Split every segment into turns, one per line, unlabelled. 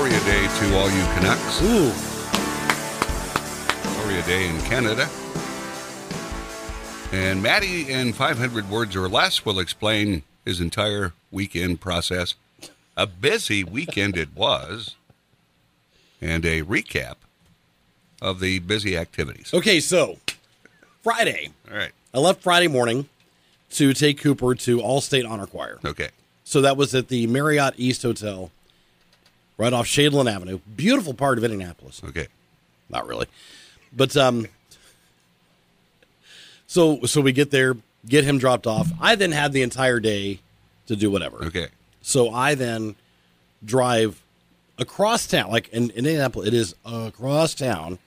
to all you Canucks.
Ooh.
Gloria Day in Canada. And Maddie, in 500 words or less, will explain his entire weekend process. A busy weekend it was, and a recap of the busy activities.
Okay, so Friday,
All right.
I left Friday morning to take Cooper to All State Honor Choir.
Okay.
So that was at the Marriott East Hotel, right off Shadeland Avenue. Beautiful part of Indianapolis.
Okay.
Not really, but um. So so we get there, get him dropped off. I then had the entire day to do whatever.
Okay.
So I then drive across town, like in, in Indianapolis, it is across town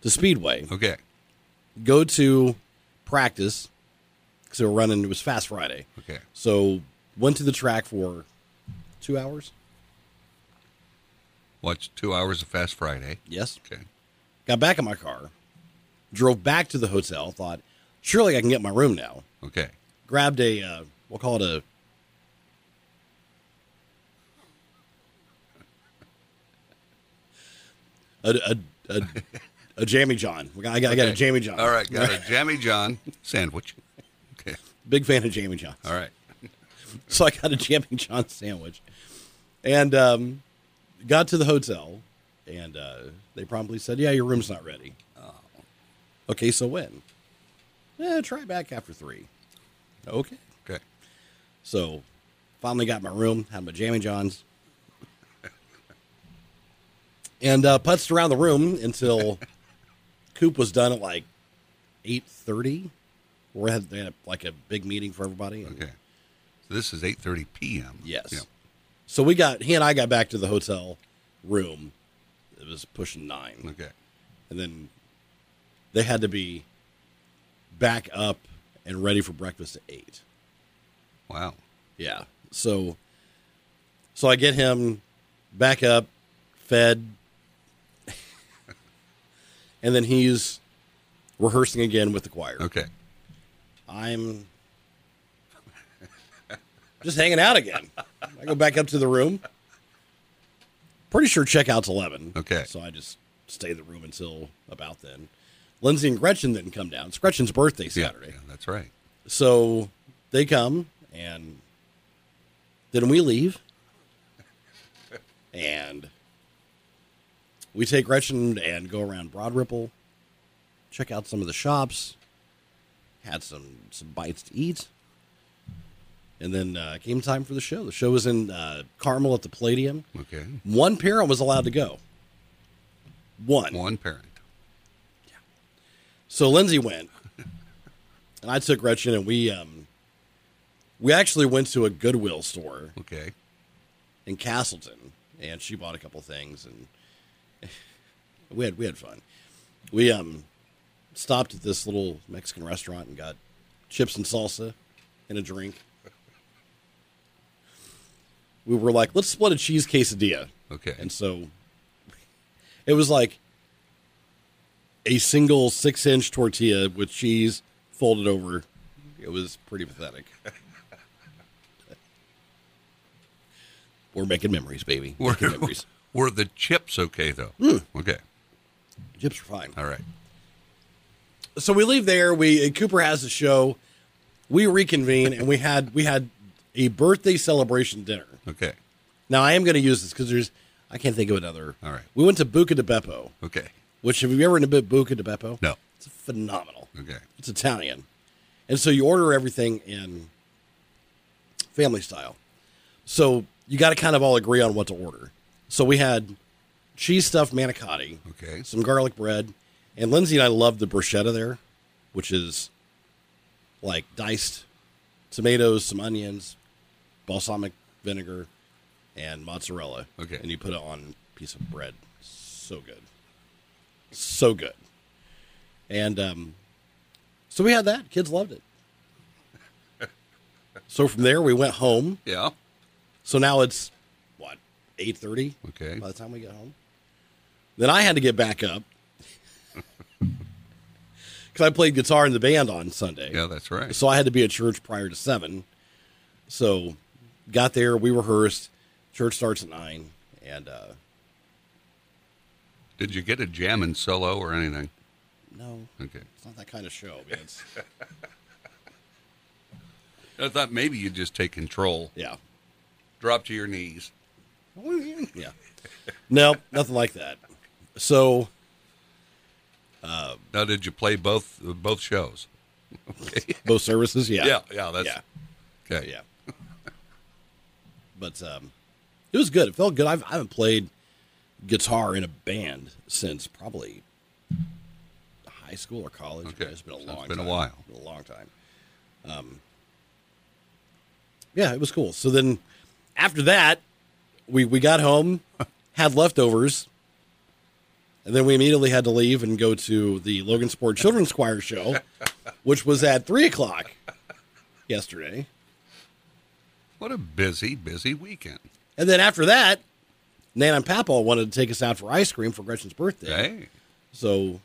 to Speedway.
Okay.
Go to practice because we were running. It was Fast Friday,
Okay.
so went to the track for two hours.
Watched two hours of Fast Friday.
Yes,
Okay.
got back in my car, drove back to the hotel. Thought surely I can get my room now.
Okay.
Grabbed a uh, we'll call it a a a, a, a jammy john. We got- I got, I got a
Okay.
jammy john.
All right. Got a Jammy John sandwich. Okay.
big fan of jammy john.
All right.
so I got a Jam and John sandwich, and um, got to the hotel, and uh, they promptly said, "Yeah, your room's not ready." Oh. Okay, so when? Eh, try back after three. Okay.
Okay.
So, finally got my room, had my Jammy Johns, and uh, putzed around the room until Coop was done at like eight thirty. We had, they had a, like a big meeting for everybody. and-
Okay. So this is 8:30 p.m.
Yes.
Yeah.
So we got he and I got back to the hotel room. It was pushing nine,
Okay.
and then they had to be back up and ready for breakfast at eight.
Wow.
Yeah. So, so I get him back up, fed, and then he's rehearsing again with the choir.
Okay.
I'm just hanging out again. I go back up to the room. Pretty sure checkout's 11.
Okay.
So I just stay in the room until about then. Lindsay and Gretchen then come down. It's Gretchen's birthday
Yeah,
Saturday.
yeah, that's right.
So they come and then we leave. And we take Gretchen and go around Broad Ripple, check out some of the shops, had some some bites to eat. And then uh, came time for the show. The show was in uh, Carmel at the Palladium.
Okay.
One parent was allowed to go. One.
One parent.
So Lindsay went, and I took Gretchen, and we um, we actually went to a Goodwill store
Okay.
in Castleton, and she bought a couple things, and we had we had fun. We um stopped at this little Mexican restaurant and got chips and salsa and a drink. We were like, let's split a cheese quesadilla.
Okay.
And so it was like a single six inch tortilla with cheese folded over. It was pretty pathetic. We're making memories, baby.
were,
Making memories.
were the chips okay though?
Hmm.
Okay.
Chips are fine.
All right.
So we leave there. We Cooper has the show. We reconvene, and we had we had a birthday celebration dinner.
Okay.
Now I am going to use this because there's I can't think of another.
All right.
We went to Buca di Beppo,
Okay.
which have you ever been to Bu- Buca di Beppo?
No.
It's phenomenal.
Okay.
It's Italian. And so you order everything in family style. So you got to kind of all agree on what to order. So we had cheese stuffed manicotti,
Okay.
some garlic bread, and Lindsay and I loved the bruschetta there, which is like diced tomatoes, some onions, balsamic vinegar, and mozzarella.
Okay.
And you put it on a piece of bread. So good. So good. And um, so we had that. Kids loved it. so from there, we went home.
Yeah.
So now it's what eight thirty.
Okay.
By the time we get home, then I had to get back up because I played guitar in the band on Sunday.
Yeah, that's right.
So I had to be at church prior to seven. So got there, we rehearsed. Church starts at nine, and uh,
Did you get a jam and solo or anything?
No,
Okay.
it's not that kind of show. Man. It's,
I thought maybe you'd just take control,
yeah.
drop to your knees.
yeah. No, nothing like that. So
Now, did you play both both shows?
both services, yeah.
Yeah, yeah, that's okay.
yeah, yeah. But um, it was good. It felt good. I've, I haven't played guitar in a band since probably high school or college.
Okay.
It's been a
So it's
long.
been a
time.
while.
Been a long time. Um. Yeah, it was cool. So then, after that, we we got home, had leftovers. And then we immediately had to leave and go to the Logan Sport Children's Choir show, which was at three o'clock yesterday.
What a busy, busy weekend.
And then after that, Nan and Papa wanted to take us out for ice cream for Gretchen's birthday.
Hey,
So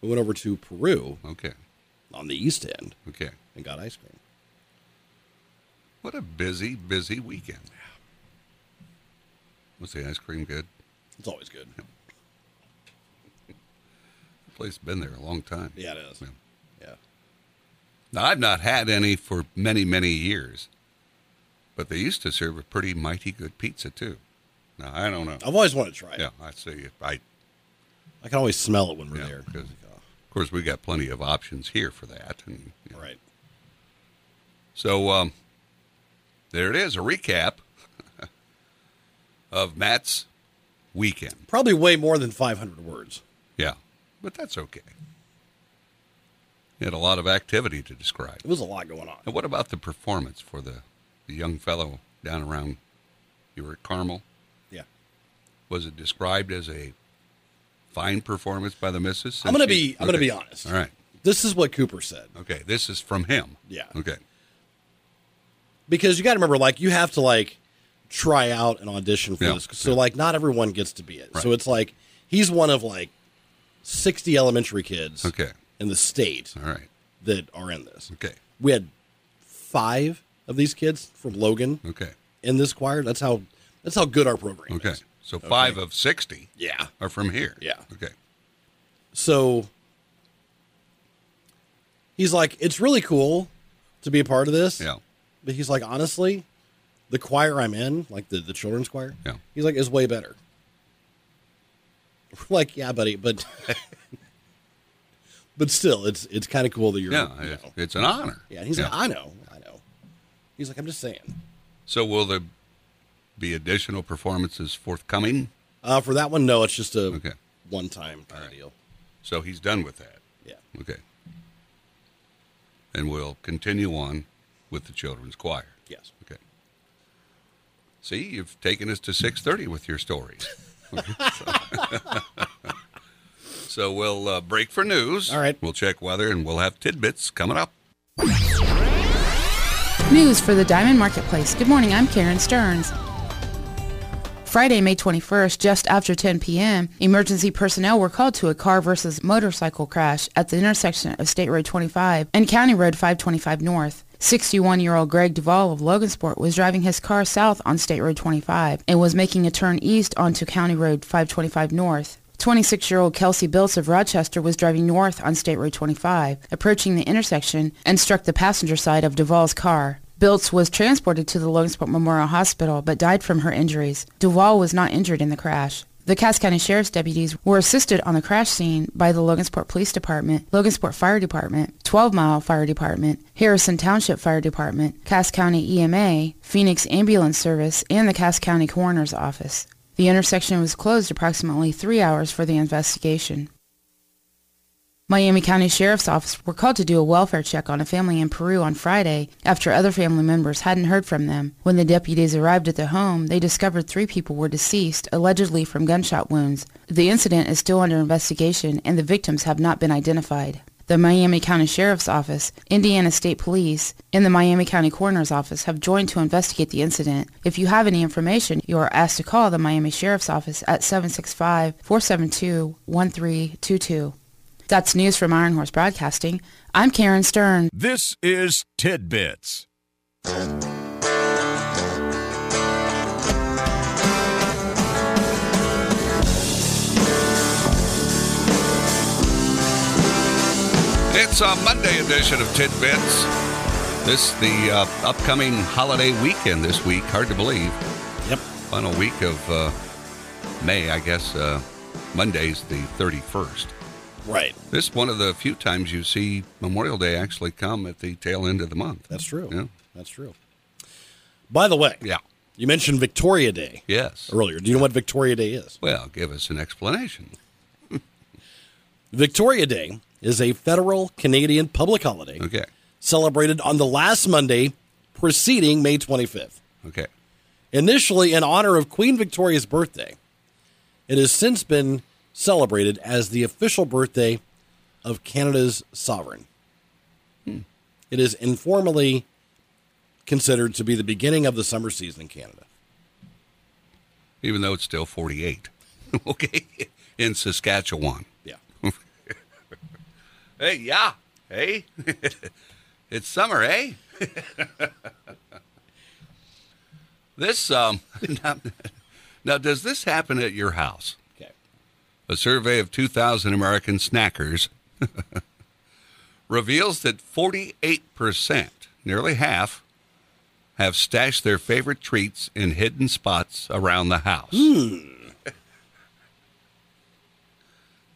we went over to Peru
okay,
on the East End
okay.
and got ice cream.
What a busy, busy weekend. Was the ice cream good?
It's always good.
The place been there a long time.
Yeah, it is.
Yeah.
Yeah.
Now, I've not had any for many, many years, but they used to serve a pretty mighty good pizza too. Now, I don't know.
I've always wanted to try it.
Yeah, I see. I,
I can always smell it when we're
Yeah,
there.
good.
Like, oh,
of course, we got plenty of options here for that. And, you know.
Right.
So um, there it is, a recap of Matt's weekend.
Probably way more than 500 words.
Yeah, but that's okay. He had a lot of activity to describe.
It was a lot going on.
And what about the performance for the, the young fellow down around you were at Carmel?
Yeah.
Was it described as a fine performance by the missus?
I'm gonna be- I'm gonna be honest.
All right.
This is what Cooper said.
Okay. This is from him.
Yeah.
Okay.
because you got to remember, like you have to like try out an audition for
Yeah,
this. So like not everyone gets to be it. So
Right.
it's like he's one of like sixty elementary kids
Okay.
in the state
All right.
that are in this.
Okay.
We had five of these kids from Logan
Okay.
in this choir. That's how that's how good our program
Okay.
is.
So five of sixty
Yeah.
are from here.
Yeah.
Okay.
So he's like, it's really cool to be a part of this.
Yeah.
But he's like, honestly, the choir I'm in, like the, the children's choir,
Yeah.
he's like, is way better. We're like, yeah, buddy, but but still, it's it's kind of cool that you're.
Yeah.
you
It's,
know.
it's an honor.
yeah. And he's like, I know, I know. He's like, I'm just saying.
so will there be additional performances forthcoming?
Uh, for that one, no, it's just a
Okay.
one time kind of deal.
So he's done with that.
Yeah,
Okay. And we'll continue on with the children's choir.
yes.
Okay. See, you've taken us to six thirty with your stories. Okay, so- so we'll uh, break for news.
All right.
We'll check weather, and we'll have tidbits coming up.
News for the Diamond Marketplace. Good morning, I'm Karen Stearns. Friday, May 21st, just after 10 p.m., emergency personnel were called to a car versus motorcycle crash at the intersection of State Road 25 and County Road 525 North. 61-year-old Greg Duvall of Logansport was driving his car south on State Road 25 and was making a turn east onto County Road 525 North. 26-year-old Kelsey Biltz of Rochester was driving north on State Road 25, approaching the intersection and struck the passenger side of Duvall's car. Biltz was transported to the Logansport Memorial Hospital but died from her injuries. Duval was not injured in the crash. The Cass County Sheriff's deputies were assisted on the crash scene by the Logansport Police Department, Logansport Fire Department, 12 Mile Fire Department, Harrison Township Fire Department, Cass County EMA, Phoenix Ambulance Service, and the Cass County Coroner's Office. The intersection was closed approximately three hours for the investigation. Miami County Sheriff's Office were called to do a welfare check on a family in Peru on Friday after other family members hadn't heard from them. When the deputies arrived at the home, they discovered three people were deceased, allegedly from gunshot wounds. The incident is still under investigation and the victims have not been identified. The Miami County Sheriff's Office, Indiana State Police, and the Miami County Coroner's Office have joined to investigate the incident. If you have any information, you are asked to call the Miami Sheriff's Office at 765-472-1322. That's news from Iron Horse Broadcasting. I'm Karen Stern.
This is Tidbits.
Arkansas Monday edition of Tidbits. This the uh, upcoming holiday weekend this week. Hard to believe.
Yep.
Final week of uh, May, I guess. Uh, Monday's the 31st.
Right.
This is one of the few times you see Memorial Day actually come at the tail end of the month.
That's true.
Yeah.
That's true. By the way,
Yeah.
you mentioned Victoria Day
Yes.
earlier. Do you know what Victoria Day is?
Well, give us an explanation.
Victoria Day is a federal Canadian public holiday
Okay.
celebrated on the last Monday preceding May 25th.
Okay.
Initially in honor of Queen Victoria's birthday, it has since been celebrated as the official birthday of Canada's sovereign.
Hmm.
It is informally considered to be the beginning of the summer season in Canada.
Even though it's still 48. okay. In Saskatchewan.
Yeah.
Hey, yeah. Hey. it's summer, eh? this um now, now does this happen at your house?
Okay.
A survey of 2,000 American snackers reveals that 48%, nearly half, have stashed their favorite treats in hidden spots around the house.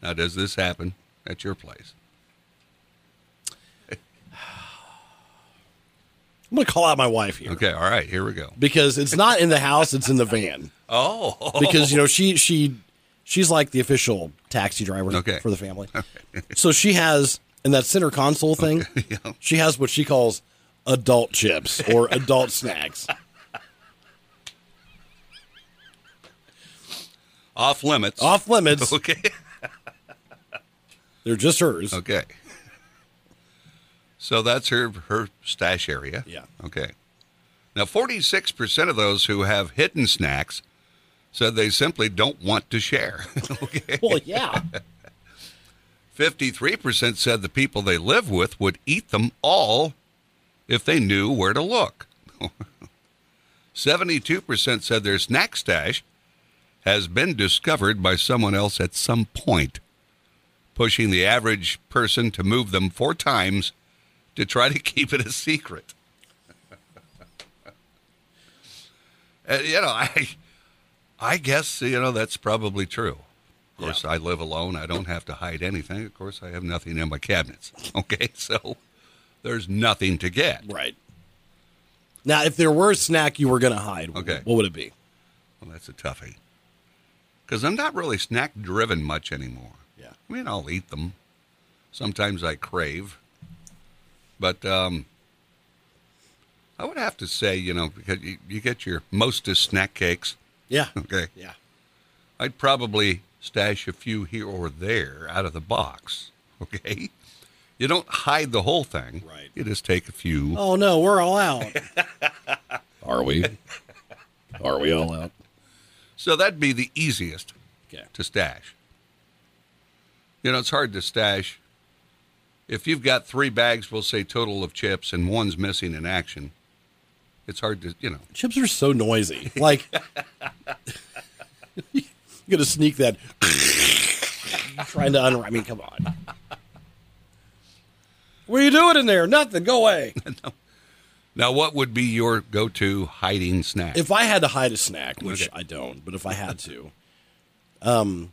now, does this happen at your place?
I'm going to call out my wife here
Okay, all right, here we go.
because it's not in the house, it's in the van.
Oh,
because you know she she she's like the official taxi driver
Okay.
for the family. so she has in that center console thing, she has what she calls adult chips or adult snacks.
off limits.
Off limits.
Okay.
They're just hers.
Okay. So that's her her stash area.
Yeah.
Okay. Now, 46% of those who have hidden snacks said they simply don't want to share. okay.
Well, yeah.
53% said the people they live with would eat them all if they knew where to look. 72% said their snack stash has been discovered by someone else at some point, pushing the average person to move them four times to try to keep it a secret. Uh, you know, I, I guess you know that's probably true. Of course, I live alone. I don't have to hide anything. Of course, I have nothing in my cabinets. Okay, so there's nothing to get.
Right. Now, if there were a snack you were going to hide,
Okay.
what would it be?
Well, that's a toughie. Because I'm not really snack driven much anymore.
Yeah.
I mean, I'll eat them. Sometimes I crave. But um, I would have to say, you know, because you, you get your mostest snack cakes.
Yeah.
Okay.
Yeah.
I'd probably stash a few here or there out of the box. Okay. You don't hide the whole thing.
Right.
You just take a few.
Oh no, we're all out.
Are we? Are we all out?
So that'd be the easiest
Okay.
to stash. You know, it's hard to stash. If you've got three bags, we'll say total of chips, and one's missing in action, it's hard to, you know.
Chips are so noisy. Like you're going to sneak that trying to unwrap. I mean, come on. What are you doing in there? Nothing. Go away.
Now, what would be your go to hiding snack?
If I had to hide a snack, which
Okay.
I don't, but if I had to, um,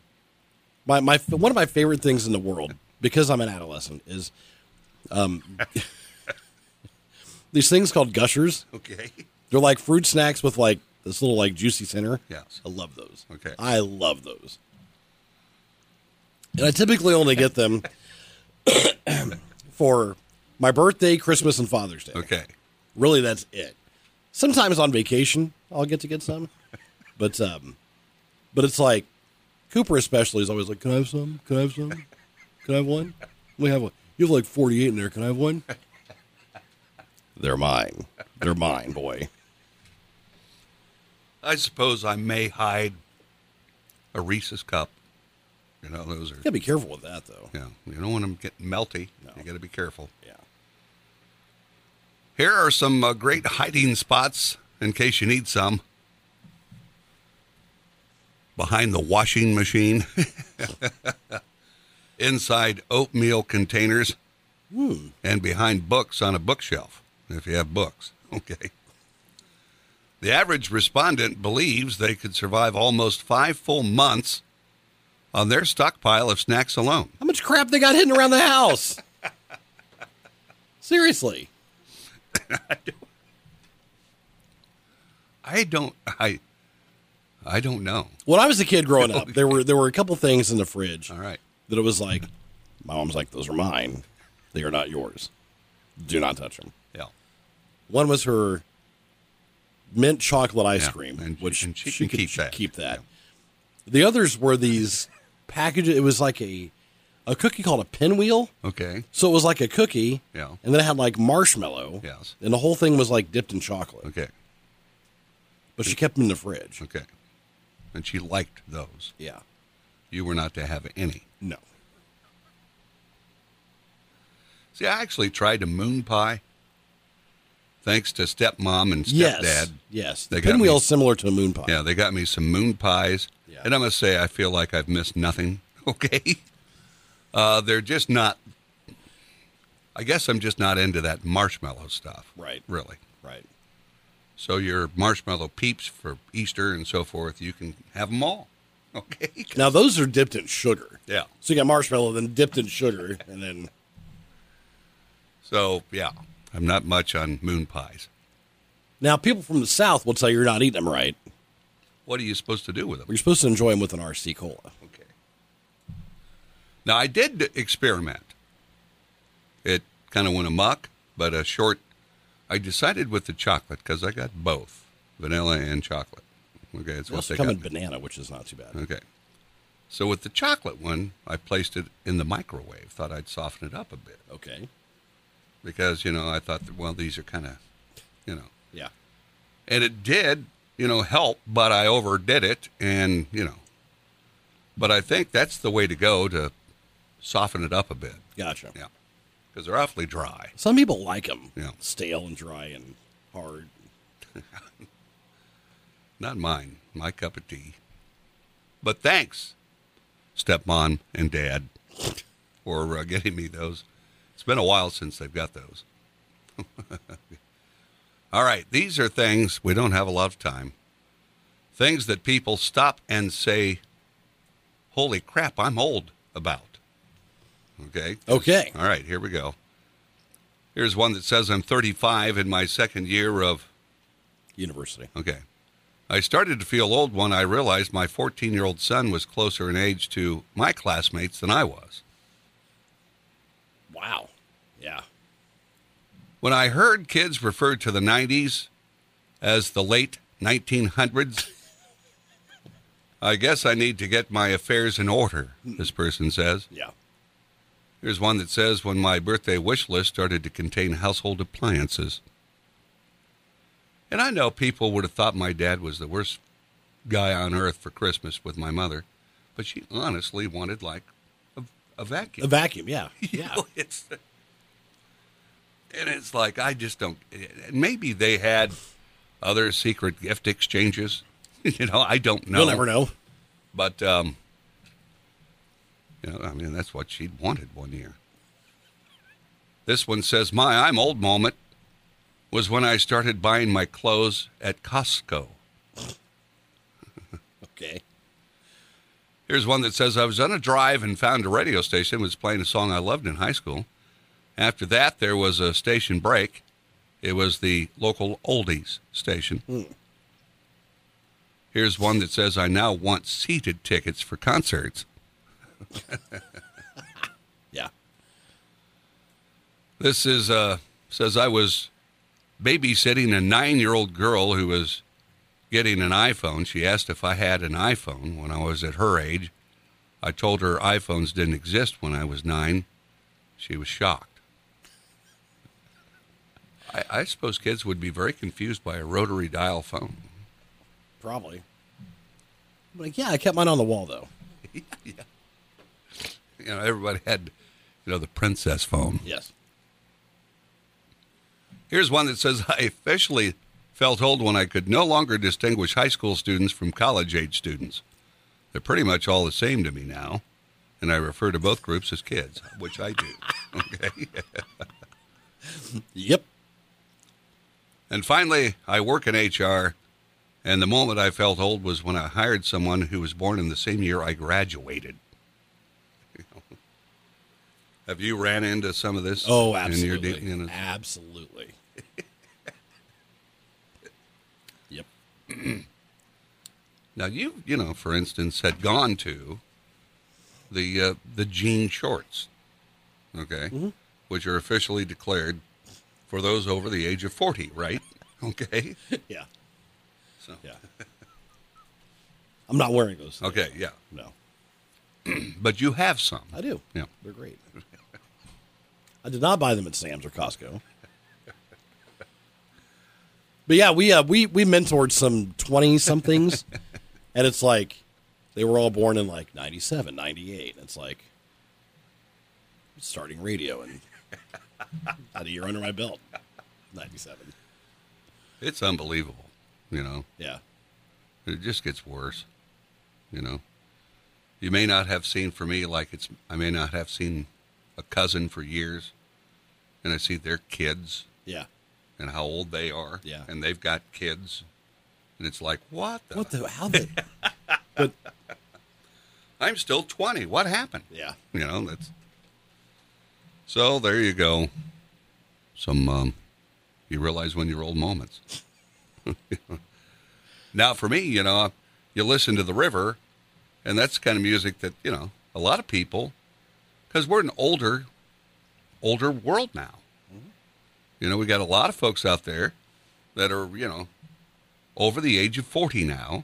my my one of my favorite things in the world because I'm an adolescent is, um, these things called gushers.
okay.
They're like fruit snacks with like this little like juicy center.
Yes.
I love those.
Okay.
I love those. And I typically only get them for my birthday, Christmas, and Father's Day.
Okay.
Really, that's it. Sometimes on vacation, I'll get to get some, but um, but it's like Cooper especially is always like, "Can I have some? Can I have some? Can I have one? We have one. You have like forty-eight in there. Can I have one?" They're mine. They're mine, boy.
I suppose I may hide a Reese's cup. You know, those are,
You gotta be careful with that, though.
yeah, you don't want them getting melty. You got to be careful.
Yeah.
Here are some uh, great hiding spots in case you need some. Behind the washing machine, inside oatmeal containers, and behind books on a bookshelf, if you have books. Okay. The average respondent believes they could survive almost five full months on their stockpile of snacks alone.
How much crap they got hidden around the house? Seriously.
I don't I I don't know.
When I was a kid growing up, there were there were a couple things in the fridge
All right.
that it was like, my mom's like, those are mine. They are not yours. Do not touch them.
Yeah.
One was her mint chocolate ice
Yeah,
cream,
and she-
which
and she
she,
can
could
keep
keep
that.
that. The others were these packages. It was like a a cookie called a pinwheel.
Okay.
So it was like a cookie,
Yeah.
and then it had like marshmallow,
Yes.
and the whole thing was like dipped in chocolate.
Okay.
But she kept them in the fridge.
Okay. And she liked those.
Yeah,
You were not to have any.
no,
See, I actually tried to moon pie thanks to stepmom and stepdad.
yes, yes.
They
The
got me.
pinwheel similar to a moon pie.
Yeah, they got me some moon pies,
Yeah.
and I must say I feel like I've missed nothing. Okay, uh, they're just not. I guess I'm just not into that marshmallow stuff.
Right.
Really.
Right.
So your marshmallow peeps for Easter and so forth, you can have them all. Okay.
Now those are dipped in sugar.
Yeah.
So you got marshmallow, then dipped in sugar, and then
So yeah, I'm not much on moon pies.
now people from the south will tell you you're not eating them right.
What are you supposed to do with them?
You're supposed to enjoy them with an RC cola.
Okay. Now I did experiment. It kind of went amok, but a short. I decided with the chocolate because I got both vanilla and chocolate. Okay, it's
They
what
also
they
come in
got.
banana, which is not too bad.
okay. So with the chocolate one, I placed it in the microwave. Thought I'd soften it up a bit
Okay.
because you know I thought that, well these are kind of, you know,
Yeah.
and it did you know help but i overdid it and you know but i think that's the way to go to soften it up a bit
Gotcha.
yeah because they're awfully dry
Some people like them.
Yeah.
Stale and dry and hard.
not mine my cup of tea but thanks stepmom and dad for uh, getting me those it's been a while since they've got those all right these are things we don't have a lot of time things that people stop and say holy crap i'm old about okay
Okay.
all right, here we go. Here's one that says I'm 35 in my second year of.
University.
Okay. I started to feel old when I realized my 14 year old son was closer in age to my classmates than I was.
Wow. Yeah.
When I heard kids refer to the 90s as the late 1900s, I guess I need to get my affairs in order, this person says.
Yeah.
Here's one that says when my birthday wish list started to contain household appliances. And I know people would have thought my dad was the worst guy on earth for Christmas with my mother, but she honestly wanted like a, a vacuum.
A vacuum. Yeah.
You
Yeah.
know, it's and it's like I just don't. and Maybe they had other secret gift exchanges. you know, I don't know.
You'll never know.
But um, you know, I mean, that's what she'd wanted one year. This one says, "My I'm old moment was when I started buying my clothes at Costco."
Okay.
Here's one that says, "I was on a drive and found a radio station that was playing a song I loved in high school. After that, there was a station break. It was the local oldies station." Here's one that says, "I now want seated tickets for concerts."
Yeah.
This is uh says I was babysitting a nine year old girl who was getting an iPhone. She asked if I had an iPhone when I was at her age. I told her iPhones didn't exist when I was nine. She was shocked. I, I suppose kids would be very confused by a rotary dial phone.
Probably. But yeah, I kept mine on the wall though.
You know, everybody had, you know, the princess phone.
Yes.
Here's one that says I officially felt old when I could no longer distinguish high school students from college age students. They're pretty much all the same to me now. and I refer to both groups as kids, which I do. Okay.
Yep.
And finally, I work in HR, and the moment I felt old was when I hired someone who was born in the same year I graduated. Have you ran into some of this?
Oh,
in your
absolutely.
de- in a-
absolutely. yep.
now you, you know, for instance, had gone to the uh, the jean shorts, okay,
Mm-hmm.
which are officially declared for those over the age of forty, right? Okay.
Yeah.
So.
Yeah. I'm not wearing those. today.
Okay. Yeah.
No,
But you have some.
I do.
Yeah.
They're great. I did not buy them at Sam's or Costco. But yeah, we uh, we we mentored some 20 somethings and it's like they were all born in like 97, 98. It's like starting radio and had a year under my belt. 97.
It's unbelievable. You know.
Yeah.
It just gets worse, you know. You may not have seen for me like it's I may not have seen a cousin for years, and I see their kids
Yeah.
and how old they are,
Yeah.
and they've got kids, and it's like what? The,
What the how the
I'm still twenty. What happened?
Yeah.
You know that's. So there you go. Some um, you realize when you're old moments. now for me, you know, you listen to the river, and that's the kind of music that you know a lot of people, because we're an older, older world now. You know, we got a lot of folks out there that are you know over the age of forty now.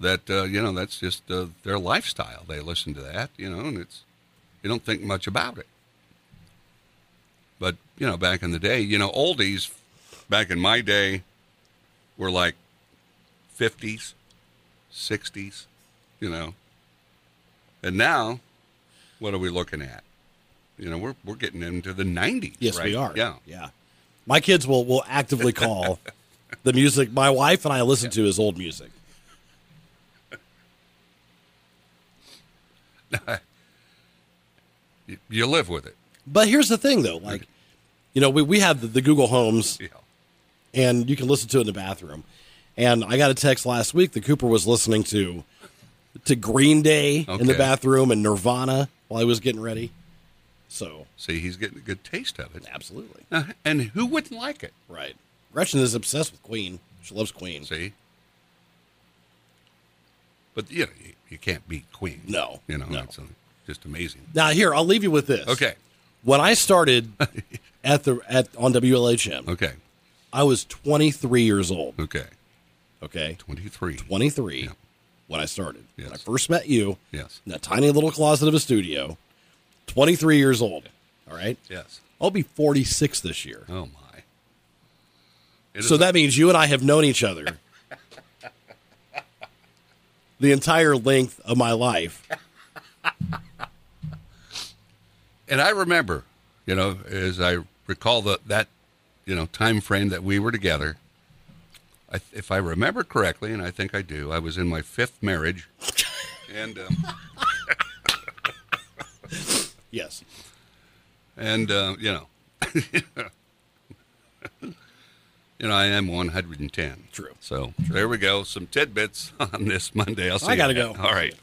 That uh, you know, that's just uh, their lifestyle. They listen to that, you know, and it's you don't think much about it. But you know, back in the day, you know, oldies, back in my day, were like fifties, sixties, you know. And now, what are we looking at? You know, we're we're getting into the nineties.
Yes, we
right?
are.
Yeah,
Yeah. My kids will will actively call the music my wife and I listen to is old music.
you, you live with it.
But here's the thing, though. Like, you know, we, we have the, the Google Homes,
Yeah,
and you can listen to it in the bathroom. And I got a text last week that Cooper was listening to to Green Day in the
Okay.
bathroom and Nirvana while he was getting ready. So,
see, he's getting a good taste of it,
absolutely.
Uh, and who wouldn't like it?
Right. Gretchen is obsessed with Queen. She loves Queen.
See, but you know, you, you can't beat Queen.
No,
you know,
no.
that's uh just amazing.
Now, here, I'll leave you with this.
Okay.
When I started at the at on WLHM,
Okay.
I was 23 years old.
Okay.
Okay.
23.
23
Yeah.
when I started. When I
Yes.
first met you
Yes.
in that tiny little closet of a studio, 23 years old. All right.
Yes.
I'll be 46 this year.
Oh, my. It is
So that means you and I have known each other the entire length of my life.
and I remember, you know, as I recall the, that, you know, time frame that we were together, I, if I remember correctly, and I think I do, I was in my fifth marriage. and, um,
Yes.
and, uh, you know, you know, I am 110.
True.
So there we go. Some tidbits on this Monday. I'll see
I
you
gotta
then.
go.
All right.